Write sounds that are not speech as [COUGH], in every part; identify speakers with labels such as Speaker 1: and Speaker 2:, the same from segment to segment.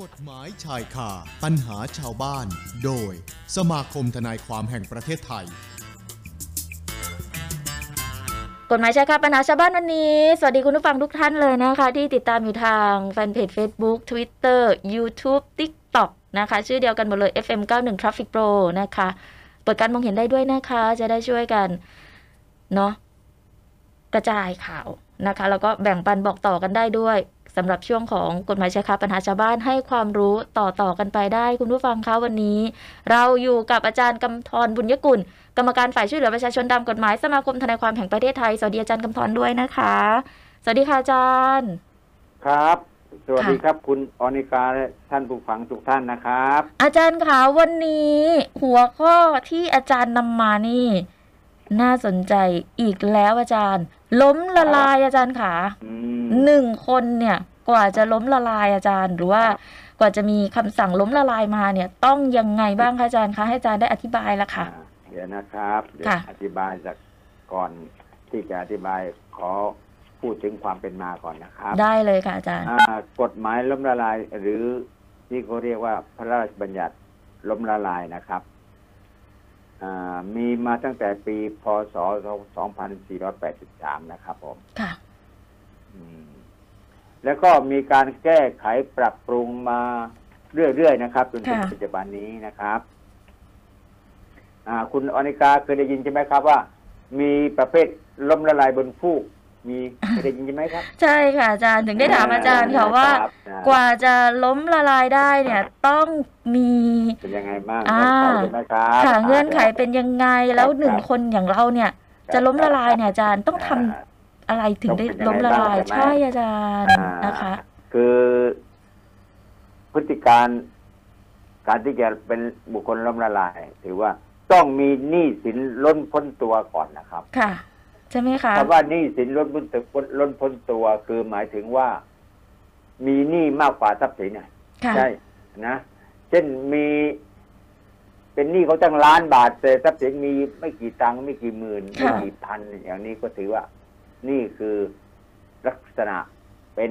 Speaker 1: กฎหมายชายคาปัญหาชาวบ้าน โดย สมาคมทนายความแห่งประเทศไทย
Speaker 2: กฎหมายชายคาปัญหาชาวบ้านวันนี้ สวัสดีคุณผู้ฟังทุกท่านเลยนะคะ ที่ติดตามอยู่ทางแฟนเพจ Facebook Twitter YouTube TikTok นะคะ ชื่อเดียวกันหมดเลย FM 91 Traffic Pro นะคะ เปิดการมองเห็นได้ด้วยนะคะ จะได้ช่วยกัน เนาะกระจายข่าวนะคะ แล้วก็แบ่งปันบอกต่อกันได้ด้วยสำหรับช่วงของกฎหมายชายคาปัญหาชาวบ้านให้ความรู้ต่อต่อกันไปได้ คุณผู้ฟังคะวันนี้ เราอยู่กับอาจารย์กำธรบุญยกุล กรรมการฝ่ายช่วยเหลือประชาชนตามกฎหมายสมาคมทนายความแห่งประเทศไทย สวัสดีอาจารย์กำธรด้วยนะคะ สวัสดีค่ะอาจารย์
Speaker 3: ครับ สวัสดี
Speaker 2: ค่ะ
Speaker 3: ครับ คุณออนิกาและท่านผู้ฟังทุกท่านนะครับ
Speaker 2: อาจารย์คะวันนี้ หัวข้อที่อาจารย์นำมานี่ น่าสนใจอีกแล้วอาจารย์ ล้มละลายอาจารย์ขา
Speaker 3: อืม
Speaker 2: หนึ่งคนเนี่ยกว่าจะล้มละลายอาจารย์ หรือว่า กว่าจะมีคำสั่งล้มละลายมาเนี่ย ต้องยังไงบ้างคะอาจารย์คะให้อาจารย์ได้อธิบายละค่ะ
Speaker 3: อ่าเดี๋ยวนะครับ เดี๋ยว
Speaker 2: ค่ะ
Speaker 3: อธิบายจากก่อนที่จะอธิบายขอพูดถึงความเป็นมาก่อนนะครับ
Speaker 2: ได้เลยค่ะอาจารย์
Speaker 3: อ่ากฎหมายล้มละลายหรือที่เขาเรียกว่าพระราชบัญญัติล้มละลายนะครับอ่ามีมาตั้งแต่ปีพศ 2483 นะครับผม
Speaker 2: ค่ะ
Speaker 3: อืมแล้วก็มีการแก้ไขปรับปรุงมาเรื่อยๆนะครับจนถึง
Speaker 2: ค่ะ
Speaker 3: ปัจจุบันนี้นะครับอ่าคุณอนิกาเคยได้ยินใช่ไหมครับว่า มีประเภทล้มละลายบนฟูก
Speaker 2: [LAUGHS]
Speaker 3: มีเคยได้ยินใช่ไหมครับ
Speaker 2: ใช่ค่ะอาจารย์ถึงได้ถามอาจารย์ค่ะว่า
Speaker 3: รับอ่
Speaker 2: กว่าจะล้มละลายได้เนี่ย ต้องมี
Speaker 3: เป็นยังไงบ้าง
Speaker 2: อ่า
Speaker 3: เงื่อนไขใช่ไหมครับ
Speaker 2: ค่ะเงื่อนไขเป็นยังไงแล้วหนึ่ง
Speaker 3: ครับ
Speaker 2: คนอย่างเราเนี่ย จะล้มละลายเนี่ยอาจารย์ต้องทำ
Speaker 3: อ่า
Speaker 2: อะไรถึงได้
Speaker 3: ต้
Speaker 2: ล้
Speaker 3: อง
Speaker 2: ม
Speaker 3: เป็นยัง
Speaker 2: ละ
Speaker 3: ไง
Speaker 2: ลาย
Speaker 3: บ้างใช่ไหม
Speaker 2: ใช่อาจารย์นะคะ
Speaker 3: คือพฤติการการที่จะเป็นบุคคลล้มละลาย ถือว่าต้องมีหนี้สินล้นพ้นตัวก่อนนะครับ
Speaker 2: ค่ะ ใช่ไหมคะ
Speaker 3: คำว่าหนี้สินล้นพ้นตัวล้นพ้นตัว คือหมายถึงว่า มีหนี้มากกว่าทรัพย์สินนะ
Speaker 2: ค่ะ
Speaker 3: ใช่นะเช่นมีเป็นหนี้เขาตั้งล้านบาทแต่ทรัพย์สินมีไม่กี่ตังค์ไม่กี่หมื่นไม่
Speaker 2: ค่ะ
Speaker 3: กี่พัน อย่างนี้ก็ถือว่าหนี่คือลักษณะเป็น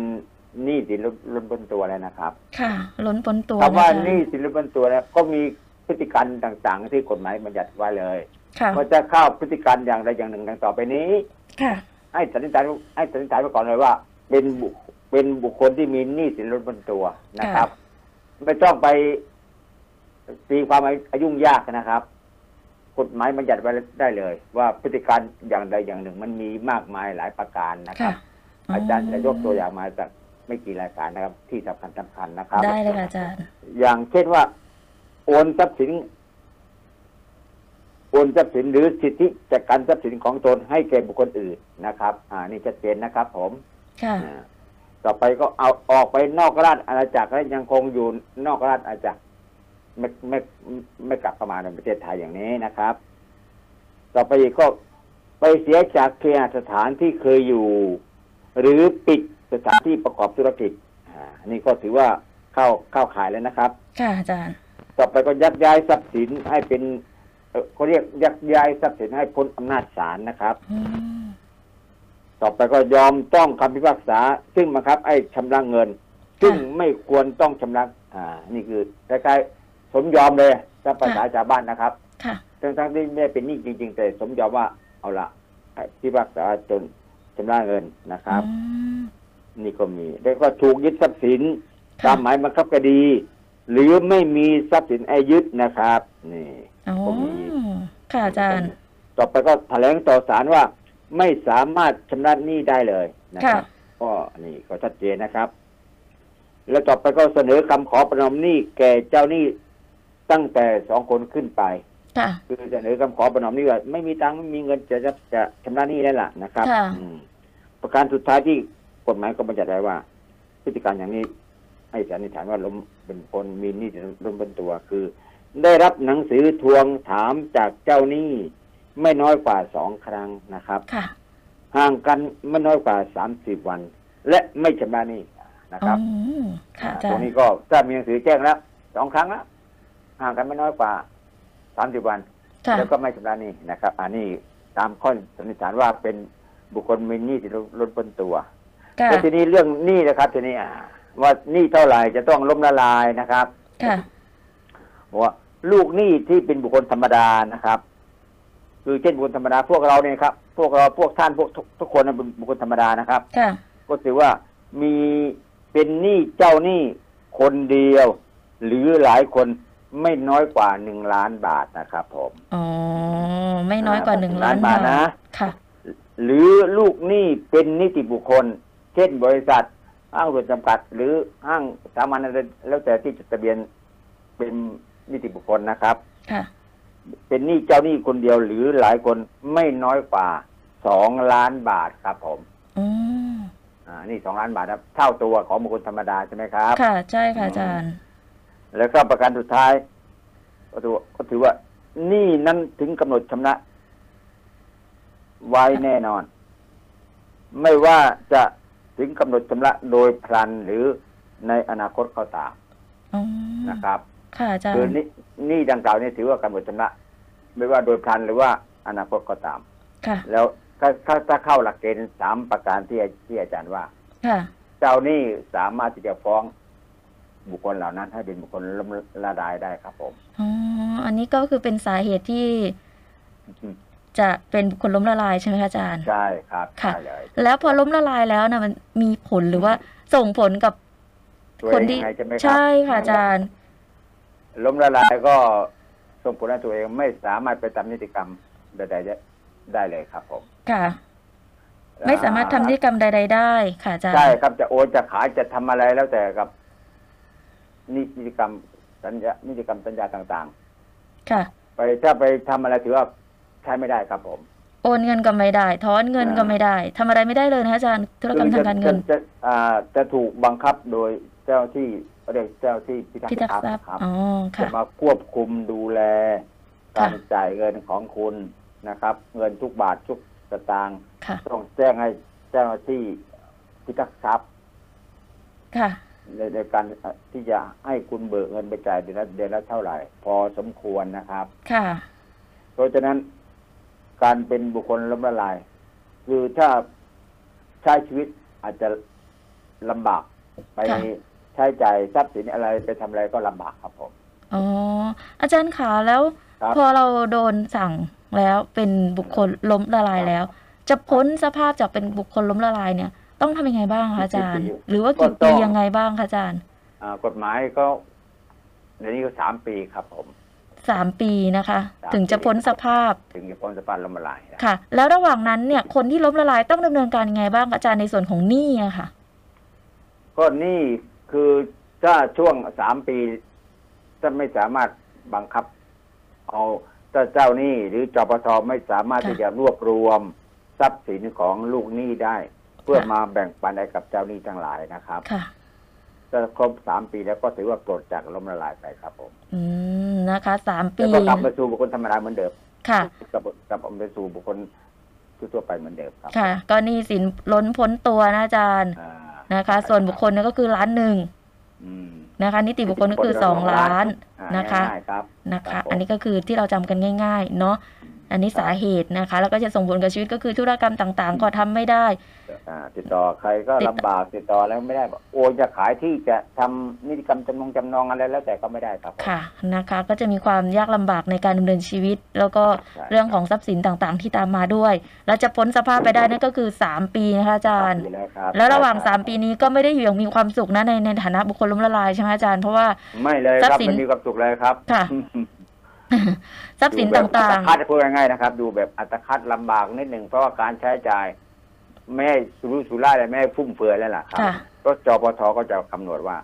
Speaker 3: หนี้สินล้นล้นพ้นตัวแล้วนะครับ
Speaker 2: ค่ะ ล้นพ้นตัว
Speaker 3: คำว่า
Speaker 2: ะ
Speaker 3: หนี้สินเป็นตัวนะก็มีพฤติการต่างๆ ที่กฎหมายบัญญัติไว้เลย
Speaker 2: ค่ะ
Speaker 3: ว่าจะเข้าพฤติการอย่างใดอย่างหนึ่งดังต่อไปนี้
Speaker 2: ค่ะ
Speaker 3: ให้สันนิษฐานให้สันนิษฐานไว้ก่อนเลยว่า เป็นบุคเป็นบุคคลที่มีหนี้สินล้นบนตัวนะครับ ไม่ต้องไปตีความอายุ่งยากนะครับ กฎหมายบัญญัติไว้ได้เลย ว่าพฤติการอย่างใดอย่างหนึ่ง มันมีมากมายหลายประการนะค
Speaker 2: ค่ะ
Speaker 3: รับ อาจารย์จะยกตัวอย่างมาจากไม่กี่รายการนะครับ ที่สำคัญสำคัญนะครับ
Speaker 2: ได้เลยค่ะอาจารย์
Speaker 3: อย่างเช่นว่า โอนทรัพย์สิน โอนทรัพย์สินหรือสิทธิจากการทรัพย์สินของตนให้แก่บุคคลอื่นนะครับ อ่า นี่ชัดเจนนะครับ ผม
Speaker 2: ค่ะ
Speaker 3: อ่าต่อไปก็เอาออกไปนอกราชอาณาจักรและยังคงอยู่นอกราชอาณาจักรไม่ไม่ไม่ไม่กลับเข้ามาในประเทศไทยอย่างนี้นะครับ ต่อไปอีกก็ไปเสียจากเคหสถานที่เคยอยู่ หรือปิดสถานที่ประกอบธุรกิจ อ่า นี่ก็ถือว่าเข้าเข้าขายแล้วนะครับ
Speaker 2: ค่ะอาจารย์
Speaker 3: ต่อไปก็ยักย้ายทรัพย์สินให้เป็นเอ่อเขาเรียกยักย้ายทรัพย์สินให้พ้นอำนาจศาลนะครับ
Speaker 2: อืม
Speaker 3: ต่อไปก็ยอมต้องคำพิพากษา ซึ่งบังคับให้ชำระเงิน ซึ่งไม่ควรต้องชำระอ่า นี่คือคล้ายๆสมยอมเลยถ้าภาษาชาวบ้านนะครับ
Speaker 2: ค่ะ
Speaker 3: ทั้งๆที่ไม่ได้เป็นหนี้จริง ๆ แต่สมยอมว่าเอาละให้พิพากษาจนชำระเงินนะครับ
Speaker 2: อืม
Speaker 3: นี่ก็มี แล้วก็ถูกยึดทรัพย์สิน
Speaker 2: ค่ะ
Speaker 3: ตามหมายบังคับคดี หรือไม่มีทรัพย์สินไอายึดนะครับ นี่
Speaker 2: อ๋อ
Speaker 3: ผมมี
Speaker 2: ค่ะอาจารย์
Speaker 3: ต่อไปก็แถลงต่อศาลว่าไม่สามารถชำระหนี้ได้เลยนะครั
Speaker 2: ค่ะ
Speaker 3: บก็นี่ก็ชัดเจนนะครับ แล้วต่อไปก็เสนอคำขอประนอมหนี้แก่เจ้าหนี้ตั้งแต่สองคนขึ้นไป
Speaker 2: ค่ะ
Speaker 3: คือเสนอคำขอประนอมหนี้ว่าไม่มีตังค์ไม่มีเงินจะจะจะชำระหนี้ได้ละนะครับ
Speaker 2: ค่ะ
Speaker 3: อืมประการสุดท้ายที่กฎหมายก็บัญญัติไว้ว่า พฤติการอย่างนี้ ให้สันนิษฐานว่าล้มเป็นคนมีหนี้สินล้มเป็นตัวคือ ได้รับหนังสือทวงถามจากเจ้าหนี้ ไม่น้อยกว่าสองครั้งนะครับ
Speaker 2: ค่ะ
Speaker 3: ห่างกันไม่น้อยกว่าสามสิบวัน และไม่ชำระหนี้นะครับ
Speaker 2: อืมค่ะอาจา
Speaker 3: ตร
Speaker 2: รงย์
Speaker 3: นี้ก็ถ้ามีหนังสือแจ้งแล้วสองครั้งแล้วห่างกันไม่น้อยกว่าสามสิบวัน
Speaker 2: ค่ะ
Speaker 3: แล้วก็ไม่ชำระหนี้นะครับ อันนี้ตามข้อสันนิษฐานว่าเป็นบุคคลมีหนี้ที่ลดลดพ้นตัว
Speaker 2: ค่ะ
Speaker 3: แล้วทีนี้เรื่องหนี้นะครับ ทีนี้อ่า ว่าหนี้เท่าไหร่จะต้องล้มละลายนะครับ
Speaker 2: ค่ะ
Speaker 3: บอกว่าลูกหนี้ที่เป็นบุคคลธรรมดานะครับ คือเช่นบุคคลธรรมดาพวกเราเนี่ยครับ พวกเราพวกท่านพวกทุกทุกคนเนี่ยเป็นบุคคลธรรมดานะครับ
Speaker 2: ค่ะ
Speaker 3: ก็ถือว่ามีเป็นหนี้เจ้าหนี้คนเดียว หรือหลายคนไม่น้อยกว่าหนึ่งล้านบาทนะครับผม
Speaker 2: อ๋อ ไม่น้อยกว่าหนึ่ง
Speaker 3: อ่า
Speaker 2: ล้านบาท
Speaker 3: ล้านบาทนะ
Speaker 2: ค่ะ
Speaker 3: หรือลูกหนี้เป็นนิติบุคคล เช่นบริษัทห้างส่วนจำกัด หรือห้างสามัญอะไรแล้วแต่ที่จดทะเบียนเป็นนิติบุคคลนะครับ
Speaker 2: ค่ะ
Speaker 3: เป็นหนี้เจ้าหนี้คนเดียวหรือหลายคนไม่น้อยกว่าสองล้านบาทครับผม
Speaker 2: อืม
Speaker 3: อ่านี่สองล้านบาทครับเท่าตัวของบุคคลธรรมดาใช่ไหมครับ
Speaker 2: ค่ะ ใช่ค่ะอาจารย์
Speaker 3: แล้วก็ประการสุดท้ายก็ถือว่าก็ถือว่าหนี้นั้นถึงกำหนดชำระไว้แน่นอน ไม่ว่าจะถึงกำหนดชำระโดยพลันหรือในอนาคตก็ตาม
Speaker 2: อ๋อ
Speaker 3: นะครับ
Speaker 2: ค่ะอาจาร
Speaker 3: คือ
Speaker 2: ย์
Speaker 3: หนี้หนี้ดังกล่าวนี่ถือว่ากำหนดชำระ ไม่ว่าโดยพลันหรือว่าอนาคตก็ตาม
Speaker 2: ค่ะ
Speaker 3: แล้วถ้าถ้าถ้าเข้าหลักเกณฑ์สามประการที่ที่อาจารย์ว่า
Speaker 2: ค่ะ
Speaker 3: เจ้าหนี้สามารถที่จะฟ้องบุคคลเหล่านั้น ให้เป็นบุคคลล้มละลายได้ครับผม
Speaker 2: อ๋อ อันนี้ก็คือเป็นสาเหตุที่จะเป็นบุคคลล้มละลายใช่ไหมคะอาจารย์
Speaker 3: ใช่ครับ
Speaker 2: ค่ะ
Speaker 3: ใช่เลย
Speaker 2: แล้วพอล้มละลายแล้วนะมันมีผลหรือว่าส่งผลกับ
Speaker 3: ตัว
Speaker 2: คน
Speaker 3: เอง
Speaker 2: ที่
Speaker 3: ไงใช่ไหมครับ
Speaker 2: ใช่ค่ะอาจารย์
Speaker 3: ล้มละลายก็ส่งผลให้ตัวเองไม่สามารถไปทำนิติกรรมใดๆได้เลยครับผม
Speaker 2: ค่ะ ไม่สามารถทำนิติกรรมใด ๆ ได้ค่ะอาจารย์
Speaker 3: ใช่ครับจะโอนจะขายจะทำอะไรแล้วแต่กับ นิติกรรมสัญญานิติกรรมสัญญาต่าง
Speaker 2: ค่ะ
Speaker 3: ๆ ไปถ้าไปทำอะไรถือว่าใช้ไม่ได้ครับผม
Speaker 2: โอนเงินก็ไม่ได้ ถอนเงินก็ไม่ได้ทำอะไรไม่ได้เลยนะคะอาจารย์ ธุรกรรมทางการเงิน
Speaker 3: จะจะอ่าจะถูกบังคับโดยเจ้าที่เรียกเจ้าที่พิทัก
Speaker 2: พิทัก
Speaker 3: ษ์
Speaker 2: ษ์ทรัพย์
Speaker 3: ครับ
Speaker 2: อ๋อ
Speaker 3: จะ
Speaker 2: ค่ะ
Speaker 3: มาควบคุมดูแล
Speaker 2: ค่ะ
Speaker 3: การจ่ายเงินของคุณนะครับ เงินทุกบาททุกสตางค์
Speaker 2: ค่ะ
Speaker 3: ต้องแจ้งให้เจ้าหน้าที่พิทักษ์ทรัพย์
Speaker 2: ค่ะ
Speaker 3: ในในการเอ่อที่จะให้คุณเบิกเงินไปจ่ายเดือนละเดือนละเท่าไหร่ พอสมควรนะครับ
Speaker 2: ค่ะ
Speaker 3: เพราะฉะนั้นการเป็นบุคคลล้มละลาย คือถ้าใช้ชีวิตอาจจะลำบาก ไป
Speaker 2: ค่ะ
Speaker 3: ใช้จ่ายทรัพย์สินอะไรไปทำอะไรก็ลำบากครับผม
Speaker 2: อ๋อ อาจารย์ขาแล้ว
Speaker 3: ครับ
Speaker 2: พอเราโดนสั่งแล้วเป็นบุคคลล้มละลายแล้ว จะพ้นสภาพจากเป็นบุคคลล้มละลายเนี่ย ต้องทำยังไงบ้างคะอาจารย์ หรือว่ากี่ปียังไงบ้างคะอาจารย์
Speaker 3: อ่ากฎหมายก็เดี๋ยวนี้ก็สามปีครับผม
Speaker 2: สามปีนะคะ
Speaker 3: สาม
Speaker 2: ถึงจะ
Speaker 3: ปี
Speaker 2: พ้นสภาพ
Speaker 3: ถึงจะพ้นสภาพล้มละลายนะ
Speaker 2: ค่ะ แล้วระหว่างนั้นเนี่ย คนที่ล้มละลายต้องดำเนินการยังไงบ้างคะอาจารย์ในส่วนของหนี้อะค่ะ
Speaker 3: ก็นี่คือถ้าช่วงสามปีถ้าไม่สามารถบังคับ เอาถ้าเจ้าหนี้หรือจปทไม่สามารถ
Speaker 2: ค่ะ
Speaker 3: ที่จะรวบรวมทรัพย์สินของลูกหนี้ได้ เพื่อ
Speaker 2: ค่ะ
Speaker 3: มาแบ่งปันให้กับเจ้าหนี้ทั้งหลายนะครับ
Speaker 2: ค่ะ
Speaker 3: ถ้าครบสามปีแล้วก็ถือว่าปลดจากล้มละลายไปครับผม
Speaker 2: อืมนะคะสาม
Speaker 3: แล้
Speaker 2: ปี
Speaker 3: วก็กลับมาสู่บุคคลธรรมดาเหมือนเดิม
Speaker 2: ค่ะ
Speaker 3: กลับกลับมาสู่บุคคลทั่วๆไปเหมือนเดิมครับ
Speaker 2: ค่ะก็หนี้สินล้นพ้นตัวนะอาจารย์
Speaker 3: อ่า
Speaker 2: นะคะ ส่วนบุคคลเนี่ยก็คือล้านหนึ่ง
Speaker 3: อืม
Speaker 2: นะคะ นิติบุคคลก็คือสองล้านนะคะ
Speaker 3: ง่ายๆครับ
Speaker 2: นะคะ
Speaker 3: รับผม
Speaker 2: อันนี้ก็คือที่เราจำกันง่าย ๆ เนาะอันนี้สาเหตุนะคะ แล้วก็จะส่งผลกับชีวิตก็คือธุรกรรมต่างๆ ก็ทำไม่ได้
Speaker 3: อ่าติดต่อใครก็
Speaker 2: ติด
Speaker 3: ลำบากติดต่อแล้วไม่ได้บอกโอนจะขายที่จะทำนิติกรรมจำนองจำนองอะไรแล้วแต่ก็ไม่ได้ครับผม
Speaker 2: ค่ะนะคะ ก็จะมีความยากลำบากในการดำเนินชีวิต แล้วก็
Speaker 3: ใช่
Speaker 2: เรื่องของทรัพย์สินต่างๆ ที่ตามมาด้วย แล้วจะพ้นสภาพไปได้นั่นก็คือสามปีนะคะอาจารย์
Speaker 3: ดีแล้วครับ
Speaker 2: แล้วระหว่าง
Speaker 3: ค
Speaker 2: สา
Speaker 3: บ
Speaker 2: มปีนี้ก็ไม่ได้อยู่อย่างมีความสุขนะในในฐานะบุคคลล้มละลายใช่ไหมอาจารย์เพราะว่า
Speaker 3: ไม่เลย
Speaker 2: ทรั
Speaker 3: ค
Speaker 2: พ
Speaker 3: รับ
Speaker 2: ย์สิน
Speaker 3: ไม่มีความสุขเลยครับ
Speaker 2: ค่ะ ทรัพย์สิน
Speaker 3: ดูแบบ
Speaker 2: ต่าง
Speaker 3: อัตคัดพูดง่ายๆนะครับ ดูแบบอัตคัดลำบากนิดหนึ่งเพราะว่าการใช้จ่าย ไม่ให้สุรุ่ยสุร่ายเลยไม่ให้ฟุ่มเฟือยแล้วล่ะ
Speaker 2: ๆ
Speaker 3: ครับ
Speaker 2: ค่ะ
Speaker 3: ก็จปทก็จะกำหนดว่า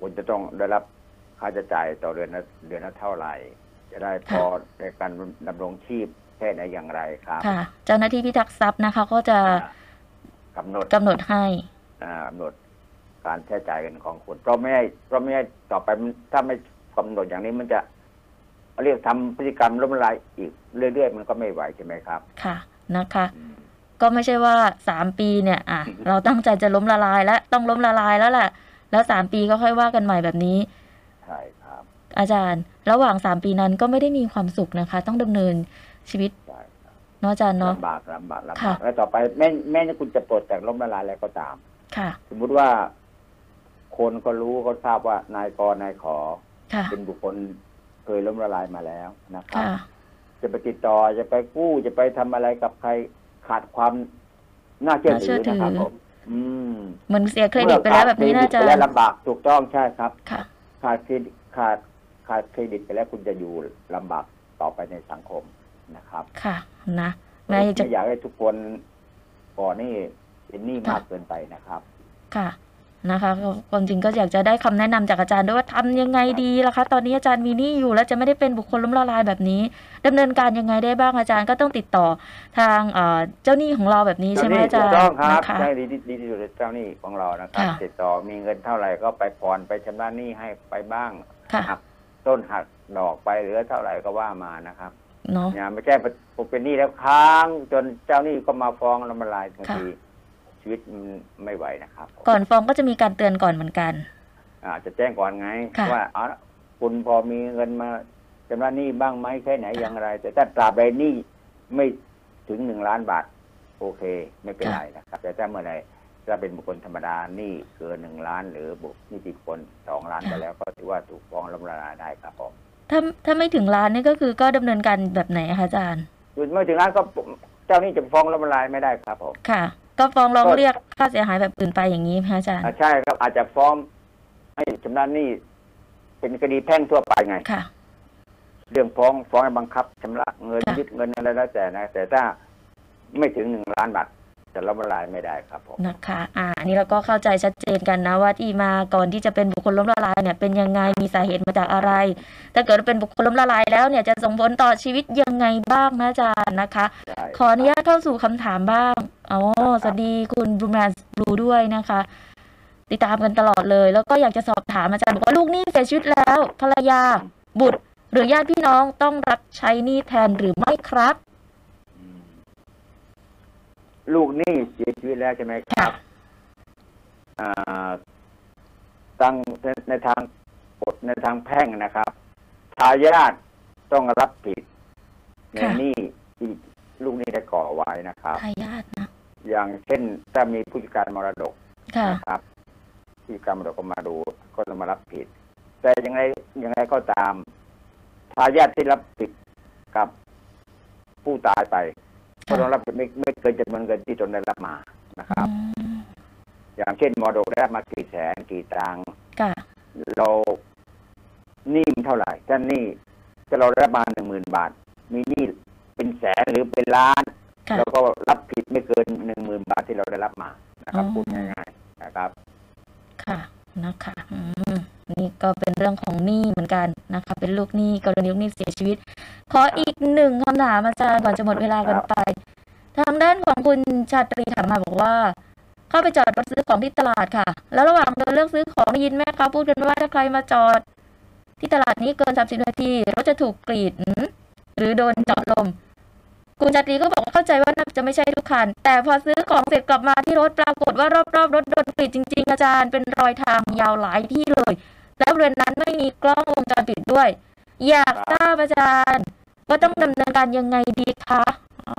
Speaker 3: คุณจะต้องได้รับค่าใช้จ่ายต่อเดือนละเดือนละเท่าไหร่ จะได้พอในการดำรงชีพแค่ไหนอย่างไรครับ
Speaker 2: ค่ะ เจ้าหน้าที่พิทักษ์ทรัพย์นะคะ ก็จะ
Speaker 3: กำหนด
Speaker 2: กำหนดให้
Speaker 3: อ่ากำหนดการใช้จ่ายเงินของคนเพราะไม่ให้เพราะไม่ให้ต่อไปมันถ้าไม่กำหนดอย่างนี้มันจะเรียกทำพฤติกรรมล้มละลายอีกเรื่อยๆ มันก็ไม่ไหวใช่ไหมครับ
Speaker 2: ค่ะนะคะ ก็ไม่ใช่ว่าสามปีเนี่ยอ่ะเราตั้งใจจะล้มละลายแล้วต้องล้มละลายแล้วแหละแล้วสามปีก็ค่อยว่ากันใหม่แบบนี้
Speaker 3: ใช่ครับ
Speaker 2: อาจารย์ ระหว่างสามปีนั้นก็ไม่ได้มีความสุขนะคะ ต้องดำเนินชีวิต
Speaker 3: ใช่ครับ
Speaker 2: เนาะอาจารย์เนาะ
Speaker 3: ลำบากลำบากลำ
Speaker 2: ค่ะ
Speaker 3: บากแล้วต่อไปแม่แม่จะคุณจะปลดจากล้มละลายแล้วก็ตาม
Speaker 2: ค่ะ
Speaker 3: สมมุติว่า คนก็รู้ก็ทราบว่านายกรนายขอ
Speaker 2: ค่ะ
Speaker 3: เป็นบุคคลเคยล้มละลายมาแล้วนะครับ
Speaker 2: ค่ะ
Speaker 3: จะไปติดต่อจะไปกู้จะไปทำอะไรกับใครขาดความน่าเชื่อถือนะครับผมอืม
Speaker 2: เหมือนเสียเครดิตไปแล้วแบบนี้น่าจะ
Speaker 3: เมื่อขาดเครดิตไปแล้วลำบากถูกต้องใช่ครับ
Speaker 2: ค่ะ
Speaker 3: ขาดเครดิตขาดขาดเครดิตไปแล้วคุณจะอยู่ลำบากต่อไปในสังคมนะครับ
Speaker 2: ค่ะ นะแม่
Speaker 3: ไม่
Speaker 2: จะ
Speaker 3: อยากให้ทุกคนก่อนหนี่เป็นหนี้มากเกินไปนะครับ
Speaker 2: ค่ะนะคะก็ความจริงก็อยากจะได้คำแนะนำจากอาจารย์ด้วยว่าทำยังไงดีล่ะคะ ตอนนี้อาจารย์มีหนี้อยู่ แล้วจะไม่ได้เป็นบุคคลล้มละลายแบบนี้ดำเนินการยังไงได้บ้างอาจารย์ก็ต้องติดต่อทางเอ่อเจ้าหนี้ของเราแบบนี้ใช่ไหมอาจารย์
Speaker 3: ถูกต้องครับ
Speaker 2: นะคะ
Speaker 3: ใช่ดีที่ดีที่สุดเจ้าหนี้ของเรานะครับ
Speaker 2: ค่ะ
Speaker 3: ติดต่อมีเงินเท่าไหร่ก็ไปผ่อนไปชำระหนี้ให้ไปบ้าง
Speaker 2: ค่ะ
Speaker 3: หักต้นหักดอกไปเหลือเท่าไหร่ก็ว่ามานะครับ
Speaker 2: เนาะ
Speaker 3: อย่าไม่ใช่ผมเป็นหนี้แล้วค้างจนเจ้าหนี้ก็มาฟ้องละมาลายบาง
Speaker 2: ค่ะ
Speaker 3: ทีชีวิตมันไม่ไหวนะครับผม
Speaker 2: ก่อนฟ้องก็จะมีการเตือนก่อนเหมือนกัน
Speaker 3: อาจจะแจ้งก่อนไง
Speaker 2: ค่ะ
Speaker 3: ว่าอ๋อคุณพอมีเงินมาชำระหนี้บ้างไหมแค่ไหนอย่างไร แต่ถ้าตราบใดหนี้ไม่ถึงหนึ่งล้านบาท โอเค ไม่เป็นไรนะครับ แต่ถ้าเมื่อไหร่ถ้าเป็นบุคคลธรรมดาหนี่เกินหนึ่งล้าน หรือบุคคลนิติบุคคลสองล้านไปแล้วก็ถือว่าถูกฟ้องล้มละลายได้ครับผม
Speaker 2: ถ้าถ้าไม่ถึงล้านนี่ก็คือก็ดำเนินการแบบไหนอะคะอาจารย์
Speaker 3: คือเมื่อถึงล้านก็เจ้าหนี้จะฟ้องล้มละลายไม่ได้ครับผม
Speaker 2: ค่ะ ก็ฟ้องร้องเรียกค่าเสียหายแบบอื่นไปอย่างนี้ไหมคะอาจารย์
Speaker 3: อ่าใช่ครับ อาจจะฟ้องให้ชำระหนี้เป็นคดีแพ่งทั่วไปไง
Speaker 2: ค่ะ
Speaker 3: เรื่องฟ้องฟ้องให้บังคับชำระเงิน
Speaker 2: ค่ะ
Speaker 3: ยึดเงินอะไรแล้วแต่นะ แต่ถ้าไม่ถึงหนึ่งล้านบาทจะล้มละลายไม่ได้ครับผม
Speaker 2: นะคะ อ่าอันนี่เราก็เข้าใจชัดเจนกันนะว่าที่มาก่อนที่จะเป็นบุคคลล้มละลายเนี่ยเป็นยังไงมีสาเหตุมาจากอะไร ถ้าเกิดว่าเป็นบุคคลล้มละลายแล้วเนี่ยจะส่งผลต่อชีวิตยังไงบ้างนะอาจารย์นะคะ
Speaker 3: ใช่
Speaker 2: ขออนุญาตเข้าสู่คำถามบ้างอ๋อสวัสดีคุณบลูแมนบลูด้วยนะคะ ติดตามกันตลอดเลย แล้วก็อยากจะสอบถามอาจารย์บอกว่าลูกหนี้เสียชีวิตแล้ว ภรรยา บุตร หรือญาติพี่น้องต้องรับใช้หนี้แทนหรือไม่ครับ
Speaker 3: อืมลูกหนี่เสียชีวิตแล้วใช่ไหมครับ อ่าตั้งในทางกฎในทางแพ่งนะครับทายาทต้องรับผิดใน
Speaker 2: ค่ะ
Speaker 3: หนี้ที่ลูกหนี้ได้ก่อไว้นะครับ
Speaker 2: ทายาทนะ
Speaker 3: อย่างเช่น ถ้ามีผู้จัดการมรดก
Speaker 2: ค่ะ
Speaker 3: นะครับที่กรรมเราก็มาดูก็จะมารับผิด แต่อย่างไรอย่างไรก็ตามทายาทที่รับผิดกับผู้ตายไปก็ต้องรับผิดไม่ไม่เกินจำนวนเงินที่ตนได้รับมานะครับ
Speaker 2: อืม
Speaker 3: อย่างเช่นมรดกได้รับมากี่แสนกี่ตังค์
Speaker 2: ค่ะ
Speaker 3: เราหนี้มันเท่าไหร่ถ้าหนี้ถ้าเราได้รับมาหนึ่งหมื่นบาท มีหนี้เป็นแสนหรือเป็นล้าน
Speaker 2: ค่ะ
Speaker 3: เราก็รับผิดไม่เกินหนึ่งหมื่นบาทที่เราได้รับมานะครับ
Speaker 2: อ๋อ
Speaker 3: พูดง่ายๆนะครับ
Speaker 2: ค่ะนะคะอืมนี่ก็เป็นเรื่องของหนี้เหมือนกันนะคะ เป็นลูกหนี้กรณีลูกหนี้เสียชีวิต ขออีกหนึ่งคำถามอาจารย์ก่อนจะหมดเวลากันไป ทางด้านของคุณชาตรีถามมาบอกว่า เข้าไปจอดรถซื้อของที่ตลาดค่ะ แล้วระหว่างเดินเลือกซื้อของได้ยินแม่ค้าพูดกันว่าถ้าใครมาจอด ที่ตลาดนี้เกินสามสิบนาทีรถจะถูกกรีดหืมหรือโดนเจาะลม คุณชาตรีก็บอกว่าเข้าใจว่าน่าจะไม่ใช่ทุกคัน แต่พอซื้อของเสร็จกลับมาที่รถปรากฏว่ารอบๆรรถโดนปิดจริง ๆ อาจารย์เป็นรอยทางยาวหลายที่เลย แล้วบริเวณนั้นไม่มีกล้องวงจรปิดด้วย อยากทราบอาจารย์ ว่าต้องดำเนินการยังไงดีคะอ๋อ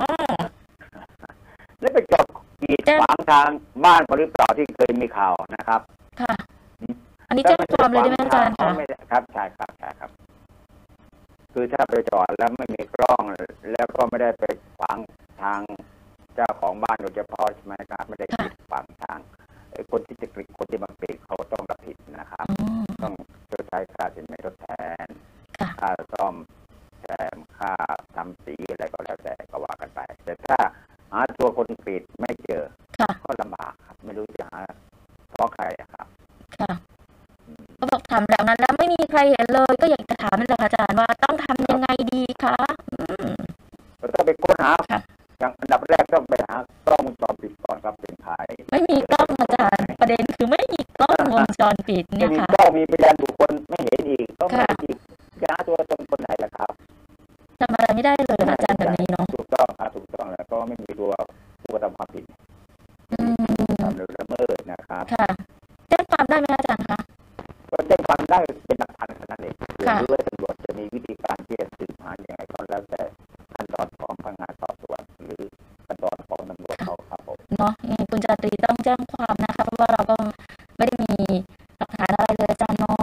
Speaker 3: แล้วไปจอดกีดขวางทางบ้านเขาหรือเปล่าที่เคยมีข่าวนะครับ
Speaker 2: ค่ะ อันนี้แจ้งความเลยได้ไหมอาจารย์
Speaker 3: ถ้
Speaker 2: คะ
Speaker 3: ไม่ได้ครับใช่ครับใช่ครับ คือถ้าไปจอดแล้วไม่มีกล้อง แล้วก็ไม่ได้ไปขวางทางเจ้าของบ้านโดยเฉพาะใช่ไหมครับ ไม่ได้
Speaker 2: ค่ะ
Speaker 3: กีดขวางทางไอ้คนที่จะกีดคนที่มาปิดเขาต้องรับผิดนะครับ
Speaker 2: อ๋อ
Speaker 3: ต้องชดใช้ค่าสินไหมทดแทน
Speaker 2: ค่ะ
Speaker 3: ค่าซ่อมแซมค่าทำสีอะไรก็แล้วแต่ก็ว่ากันไป แต่ถ้าหาตัวคนกรีดไม่เจอ
Speaker 2: ค่ะ
Speaker 3: ก็ลำบากครับ ไม่รู้จะหาเพราะใครอะครับ
Speaker 2: ค่ะก็บอกถามแบบนั้นแล้วไม่มีใครเห็นเลย ก็อยากจะถามนั่นแหละค่ะอาจารย์ว่าต้องทำยังไงดีคะอืม
Speaker 3: ก็ต้องไปค้นหา
Speaker 2: ค่ะ
Speaker 3: อย่างอันดับแรกต้องไปหากล้องวงจรปิดก่อนครับเป็นใคร
Speaker 2: ไม่มีกล้องอาจารย์ ประเด็นคือไม่มีกล้องวงจรปิด
Speaker 3: ไม่
Speaker 2: เนี่ย
Speaker 3: มี
Speaker 2: ค่ะ
Speaker 3: กล้องมีพยานบุคคลไม่เห็นอีกก็ไม่
Speaker 2: ค่ะ
Speaker 3: เห็นอีกจะหาตัวตนคนไหนล่ะครับ
Speaker 2: ทำอะไรไม่ได้เลยอาจารย์แบบนี้เนาะ
Speaker 3: ถูกต้องครับถูกต้องแล้วก็ไม่มีตัวผู้กระทำความผิด
Speaker 2: อืม
Speaker 3: ทำหรือละเมิดนะครับ
Speaker 2: ค่ะแจ้งความได้ไหมอาจารย์คะ
Speaker 3: ก็แจ้งความได้เป็นหลักฐานขนาดเองเรียน
Speaker 2: ค่ะ
Speaker 3: รู้ว่าตำรวจจะมีวิธีการที่จะสืบหาอย่างไรก็แล้วแต่ขั้นตอนของพนักงานสอบสวนหรือขั้นตอนของตำรวจเขาครับผม
Speaker 2: เนาะยังไงคุณชาตรีต้องแจ้งความนะคะ เพราะว่าเราก็ไม่ได้มีหลัก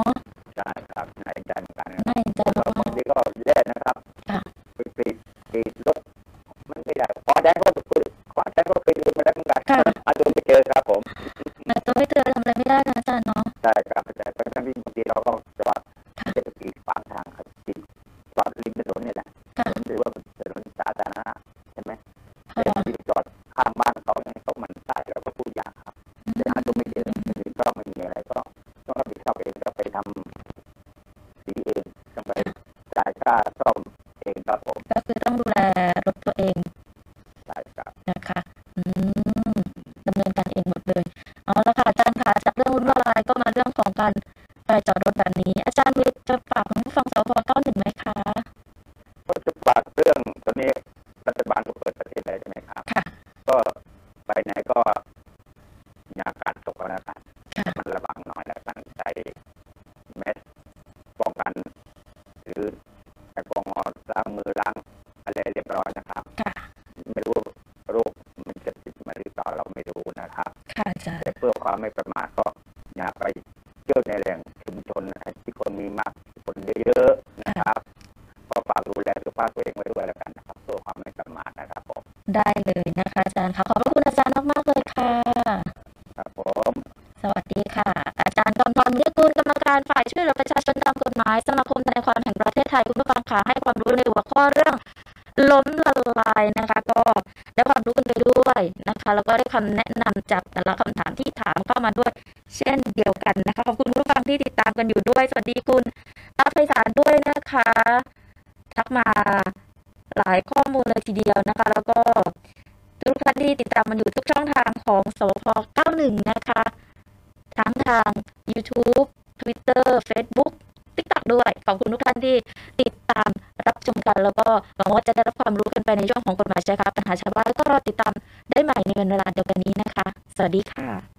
Speaker 2: ายจอดรถแบบนี้ อาจารย์วิทย์จะฝากคุณผู้ฟังสพเก้าหนึ่งไหมคะ
Speaker 3: ก็จะฝากเรื่องตอนนี้รัฐบาลก็เปิดประเทศแล้วใช่ไหมครับ
Speaker 2: ค่ะ
Speaker 3: ก็ไปไหนก็มีอาการตกกันแล้วกัน
Speaker 2: ค่ะ
Speaker 3: มันระวังหน่อยแล้วกันใส่แมสป้องกัน หรือแอลกอฮอล์ล้างมือล้างอะไรเรียบร้อยนะครับ
Speaker 2: ค่ะ
Speaker 3: ไม่รู้โรคมันจะติดมาหรือเปล่าเราไม่รู้นะครับ
Speaker 2: ค่ะอาจารย์
Speaker 3: แต่เพื่อความไม่ประมาทก็อย่าไปเที่ยวในแหล่งชุมชนนะที่คนมีมากคนเยอะๆนะครับก็ฝากดูแลสุขภาพตัวเองไว้ด้วยแล้วกันนะครับเพื่อความไม่ประมาทนะครับผม
Speaker 2: ได้เลยนะคะอาจารย์ค่ะขอบพระคุณอาจารย์มากๆเลยค่ะ
Speaker 3: ครับผม
Speaker 2: สวัสดีค่ะ อาจารย์กำธรเรียกกุลกรรมการฝ่ายช่วยเหลือประชาชนตามกฎหมายสมาคมทนายความแห่งประเทศไทยคุณผู้ฟังค่ะให้ความรู้ในหัวข้อเรื่อง ล้มละลายนะคะ ก็ได้ความรู้กันไปด้วยนะคะ แล้วก็ได้คำแนะนำจากแต่ละคำถามที่ถามเข้ามาด้วย เช่นเดียวกันนะคะขอบคุณคุณผู้ฟังที่ติดตามกันอยู่ด้วย สวัสดีคุณอาภัยสารด้วยนะคะ ทักมาหลายข้อมูลเลยทีเดียวนะคะ แล้วก็ทุกท่านที่ติดตามมันอยู่ทุกช่องทางของสวพ91 นะคะ ทั้งทาง YouTube Twitter Facebook TikTok ด้วย ขอบคุณทุกท่านที่ติดตามรับชมกัน แล้วก็หวังว่าจะได้รับความรู้กันไปในช่วงของกฎหมายชายคาปัญหาชาวบ้านแล้วก็รอติดตามได้ใหม่ในเวลาเดียวกันนี้นะคะ สวัสดีค่ะ